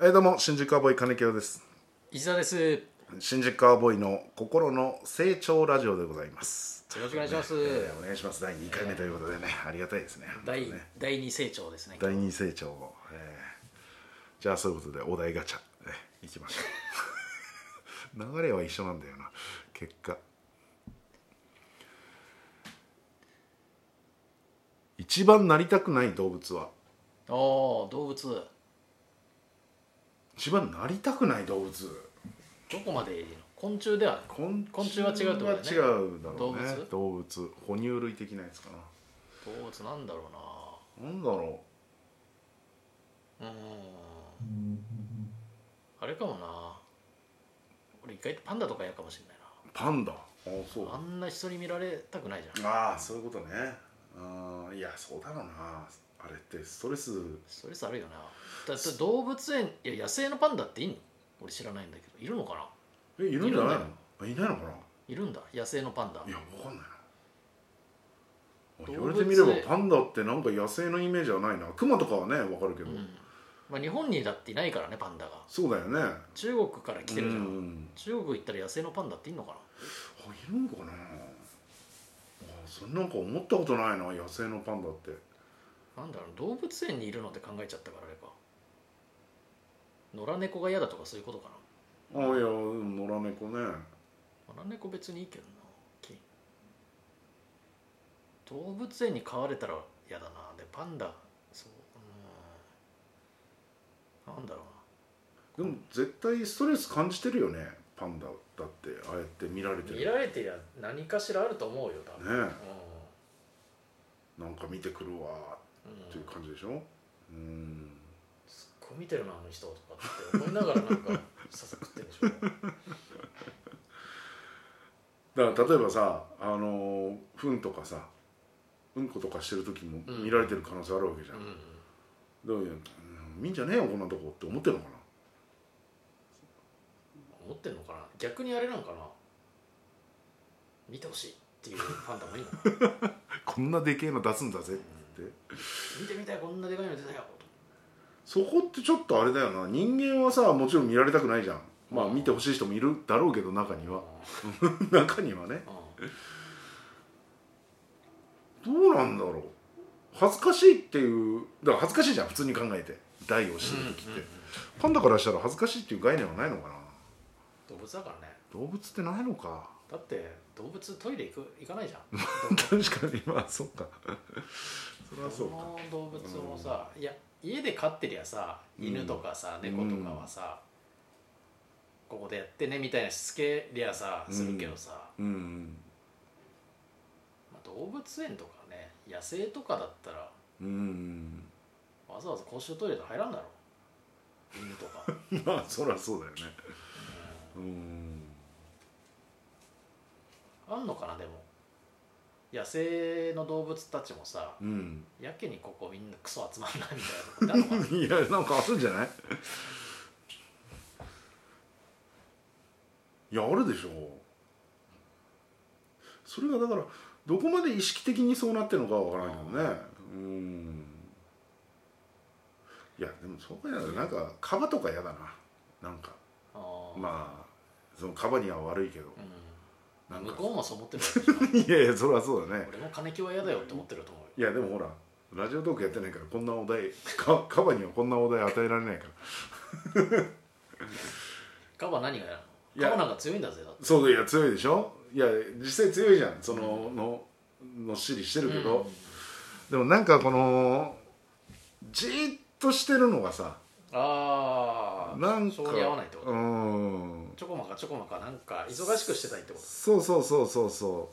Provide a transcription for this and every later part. えーどうも新宿アボーイ金城です石田です。よ新宿アボーイの心の成長ラジオでございますろしくお願いします。えーお願いします第2回目ということでねありがたいですね第本当ね第二成長ですね。第2成長を、えーじゃあそういうことでお題ガチャ、えーいきましょう 流れは一緒なんだよな結果一番なりたくない動物はああ動物ど一番なりたくない動物こまでいいの？昆虫ではない。昆昆虫は違うってことだ違ようだろうね動物哺乳類的なやつか動物なんだろうななんだろな。うーん。あれかもな。俺意外とパンダとかやるかもしれないうパンダあそな。あんな人に見られたくないじゃん。ああそういうことねあーいやそうだろうなあれってストレスストレスあるよな。だって動物園いや野生のパンダっていいの？俺知らないんだけどいるのかな？えいるんじゃないいるんだよのいないのかないるんだ野生のパンダ。いやわかんないな言わ動物れてみればパンダってなんか野生のイメージはないなクマとかはねわかるけうど、ん。まあ日本にだっていないからねパンダが。そうだよね中国から来てるじゃ。うんん中国行ったら野生のパンダっていいのかなあいるのかなあそれなんか思ったことないな野生のパンダってなんだろう動物園にいるのって考えちゃったからあれか野良猫が嫌だとかそういうことかあいやでも野良猫ねな野良猫別にいいけどなき動物園に飼われたら嫌だなでパンダそううーんなんだろでも絶対ストレス感じてるよねパンダだってああやって見られうてなる見られてりゃ何かしらあると思うよ多分、ねなんか見てくるわうんうんっていう感じでしょうんすっごい見てるなあの人とかって思いながらなんかささくってるでしょだから例えばさあのー糞とかさうんことかしてる時もうん見られてる可能性あるわけじゃ、うんんうんどういううん見んじゃねえよこんなとこって思ってるのか思ってんのかな逆にあれなんかな見てほしいっていうパンダもいいのかななこんなでけえの出すんだぜっつって見てみたいこんなでかいの出たよそこってちょっとあれだよな人間はさもちろん見られたくないじゃんまあ見てほしい人もいるだろうけど中には 中にはねうんうんどうなんだろう恥ずかしいっていうだから恥ずかしいじゃん普通に考えて大を知る時って、うんうんうんパンダからしたら恥ずかしいっていう概念はないのかな動物だからね動物ってないのか だって動物トイレ行く行かないじゃん確かにまあそっかそれはそそうかの動物もさ、いや家で飼ってりゃさ犬とかさ、うん猫とかはさ、ここでやってねみたいなしつけりゃさするけどさ、うんまあ、動物園とかね野生とかだったらうんうんわざわざ公衆トイレで入らんだろ犬とかまあそりゃそうだよねうんあんのかなでも野生の動物たちもさうんやけにここみんなクソ集まんないみたいなとこ ってあるのかないやなんかあるんじゃないいやあるでしょそれがだからどこまで意識的にそうなってるのかはわからないけどねうんいやでもそうかやなんかカバとか嫌だななんかあーまあそのカバには悪いけどうんなんか向こうもそう思ってるわけでしょ いやいやそれはそうだね俺も金木は嫌だよって思ってると思ういよやでもほらラジオトークやってないからこんなお題かカバにはこんなお題与えられないからカバ何が嫌ないのやカバなんか強いんだぜだってそういや強いでしょいや実際強いじゃんその、ののっしりしてるけど、うんでもなんかこのじーっとしてるのがさああなんか性に合わないってことうーんちょこまかちょこまかなんか忙しくしてたいってことそうそうそうそうそ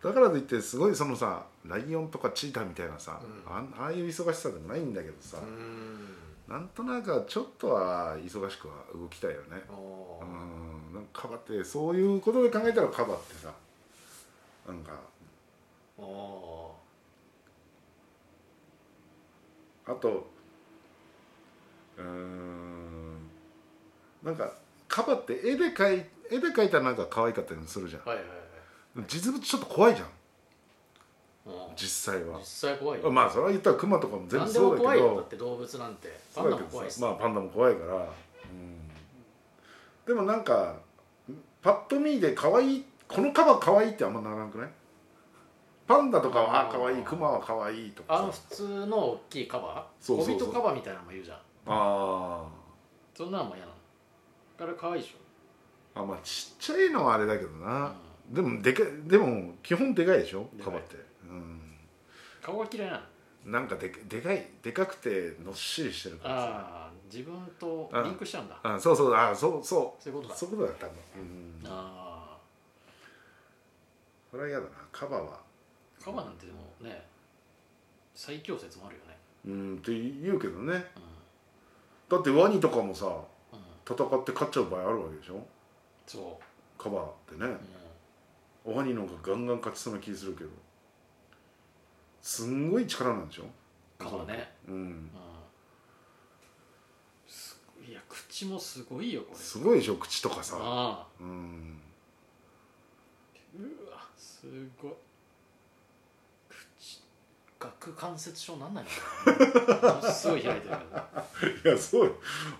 うだからといってすごいそのさライオンとかチーターみたいなさ、うあんああいう忙しさでもないんだけどさう、んなんとなくちょっとは忙しくは動きたいよねおうーんなんかカバってそういうことで考えたらカバってさなんかおあとうーんなんかカバって絵で描い絵で描いたらなんか可愛かったりもするじゃんーはいはいはい実物ちょっと怖いじゃんうん実際は実際怖いよまあそれは言ったらクマとかも全部何でそもうだ怖いけよだっどて動物なんてパそうンダだもけど怖いっすさまあパンダも怖いから、うん、でもなんかパッと見で可愛いこのカバ可愛いってあんまならなくないパンダとかはああー可愛いクマは可愛いとあかのさ普通の大きいカバーそうそうそう小人カバーみたいなのも言うじゃんあそんなのも嫌なのあれ可愛いでしーあまあちっちゃいのはあれだけどょ、う、なんでもでかでも基本でかいでしょでかカいバってう顔が嫌いなのんなんかでかでかいでかくてのっしりしてるからさああ自分とリンクしちゃうんだあそうそうあそうそそういううことだそういうことだったのうんあそれは嫌だなカバはあカバなんてでもね最強説もあるよねうんって言うけどねうんだってワニとかもさうん戦って勝っちゃう場合あるわけでしょそカバってねう、うんワニの方がガンガン勝ちそうな気するけどすんごい力なんでしょカバねうんうんすごいいや口もすごいよこれすごいでしょ口とかさああうんうわすごい口顎関節症なんないのかな ものすごい開いてるかいやそうよ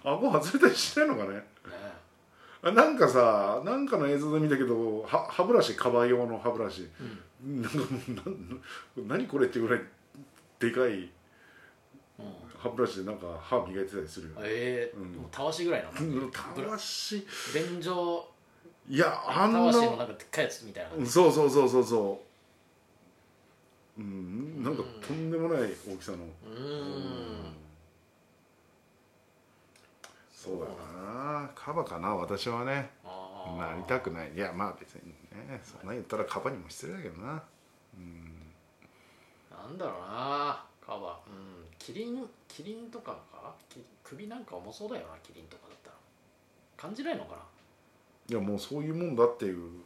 顎外れたりしないのかねらねねあなんかさなんかの映像で見たけどは歯ブラシカバー用の歯ブラシうんなんかもうなん何これってぐらいでかいうん歯ブラシでなんか歯磨いてたりするよねええうんもうたわしぐらいなのうんたわし便所いやあたんわなしのなんかでっかいやつみたいな感うじんそうそうそうそうそううんなんかうんとんでもない大きさのううーんそうだなカバかな私はねあーなりたくないいやまあ別にねそんな言ったらカバにも失礼だけどなうんなんだろうなカバうんキリンキリンとかかき首なんか重そうだよなキリンとかだったら感じないのかないやもうそういうもんだっていう、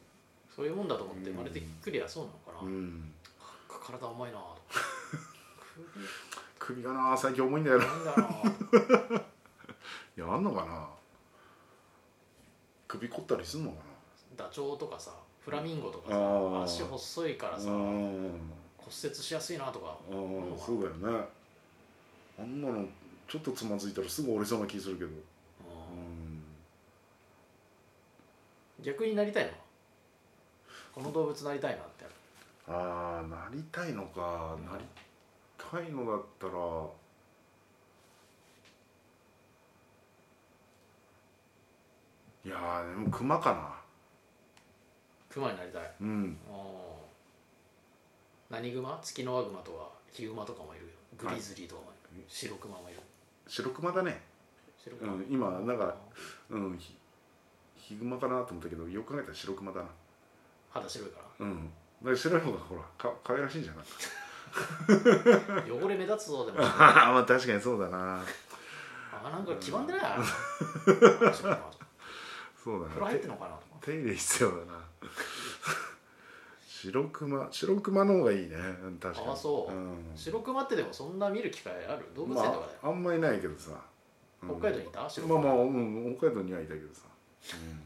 そういうもんだと思って生まれてくりゃそうなのかうな、ん、か体重いなと首がな最近重いんだよな首いなんだろやあんのかな首凝ったりすんのかうダチョウとかさフラミンゴとかあさー足細いからなさう骨ん折しやすいなとかああそうだよねあんなのちょっとつまずいたらすぐ折れそうな気するけどううんん逆になりたいのこの動物なりたいなってああなりたいのかなりたいのだったらいやーでも熊かクマになりたいなうんおー何グマツキノワグマとかヒグマとかもいるよグリズリーとかもいはる、い白クマもいる白熊だね白うクマ、ん今なんかうんひヒグマかなと思ったけどよく考えたら白熊だな肌白いかうんだから白い方がほらか可愛らしいんじゃないら汚れ目立つ ぞでもああ あまあ確かにそうだなーなんか黄ばんでないなそう風だ呂な入っててんのかなとか手入れ必要だな白熊白熊の方がいいねうん確かにあそう白クマってでもそんな見る機会ある動うん物ま園とかああんまりないけどさ、で、うん北海道にいた白クまあマ、まあ、うん、北海道にはいたけどさ、うん、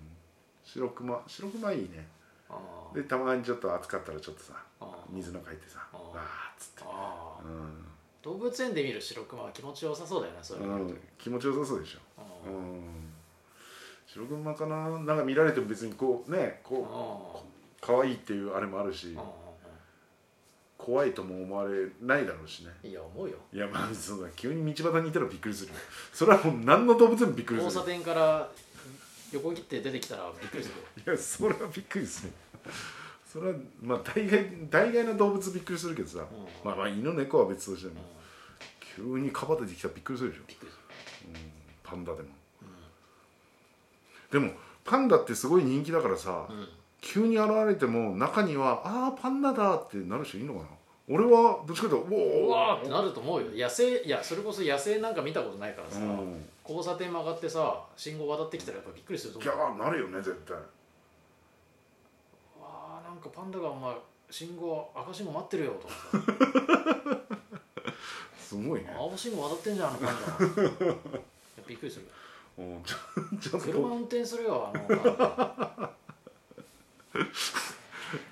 白熊白熊いいねあでーたまにちょっと暑かったらちょっとさあー水の中入ってさあわーーっつってあーうん動物園で見る白クマは気持ちよさそうだよねそういうのう見るん、気持ちよさそうでしょ、とううんん、白熊かななんか見られても別にこうねこあう可愛いっていうあれもあるしーうん怖いとも思われないだろうしねいや思うよいやまあそうだ急に道端にいたらびっくりするそれはもう何の動物でもびっくり交す差る点から横切って出てきたらびっくりするいやそれはびっくりするそれはまあ大概大概の動物びっくりするけどさ、んまあまあ犬猫は別としてうんも、急にカバ出てきたらびっくりするでしょびっくりすパンダでもるでもパンダってすごい人気だからさ、うん、うん、急に現れても中には「ああパンダだ」ってなる人いるのかな俺はどっちかというと「おうわおーってなると思うよ野生いやそれこそ野生なんか見たことないからさ、うん交差点曲がってさ信号渡ってきたらやっぱびっくりするとギ思うャーなるよね絶対うわーなんかパンダがお前信号赤信号待ってるよとか さすごいね青信号渡ってんじゃんあのパンダいやびっくりするうんちょちょっと車運転するよあのパンダ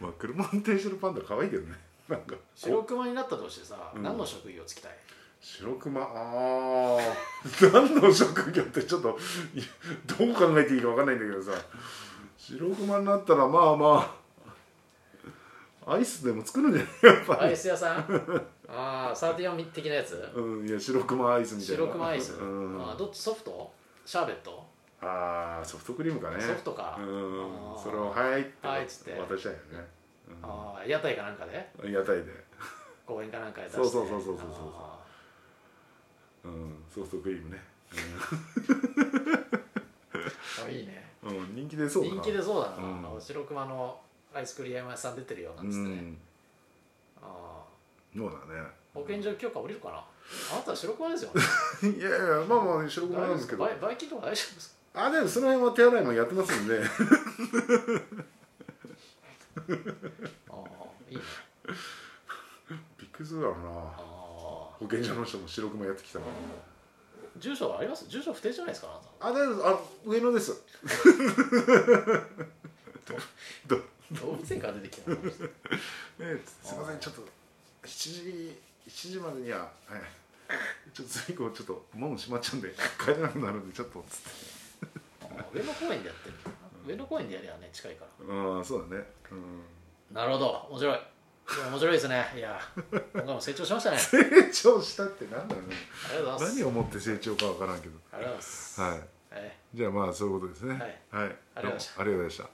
まあ、車運転してるパンダ可愛いけどねなんか白熊になったとしてさ、うん何の職業つきたい白熊ああ何の職業ってちょっといどう考えていいか分かんないんだけどさ白熊になったらまあまあアイスでも作るんじゃないやっぱアりイス屋さんああサーティワン的なやつうんいや白熊アイスみたいな白熊アイス、うん、あーあどっちソフトシャーベット、あーソフトクリームかねソフトか、うんあーそれを「はい」ってはいっつって渡したいよね、あー屋台かなんかでうん、屋台で、公園かなんかで出してそうそうそうそうそうそうあうん、ソフトクリームね、ーあいいねうん、人気出そうだな人気でそうだな、うんあの白熊のアイスクリーム屋さん出てるよなんつっうてね、んあーそうだ保健所許可下りるかなあなたは白熊ですよねねいやいやまあまあ白熊なんですけどバイバイキンとか大丈夫ですあでもその辺は手洗いもやってますんでかああいいね びっくりするだろうなああ保健所の人も白熊やってきたら住所はあります住所不定じゃないですかあなたあ大丈夫ですあ上野です どど動物園から出てきたの えすいませんちょっと7時7時までには、はい、ちょっと最後ちょっと門閉まっちゃうんで帰れなくなるんでちょっとつって上野公園でやってる上野公園でやりゃね近いかうんそうだねうん らなるほど面白いいや面白いですねいや今回も成長しましたねあ成長したってなんだろうねりがとうございます 何をもって成長かわからんけどありがとうございますはいはいじゃあまあそういうことですねはいはい、どうもありがとうございましたありがとうございました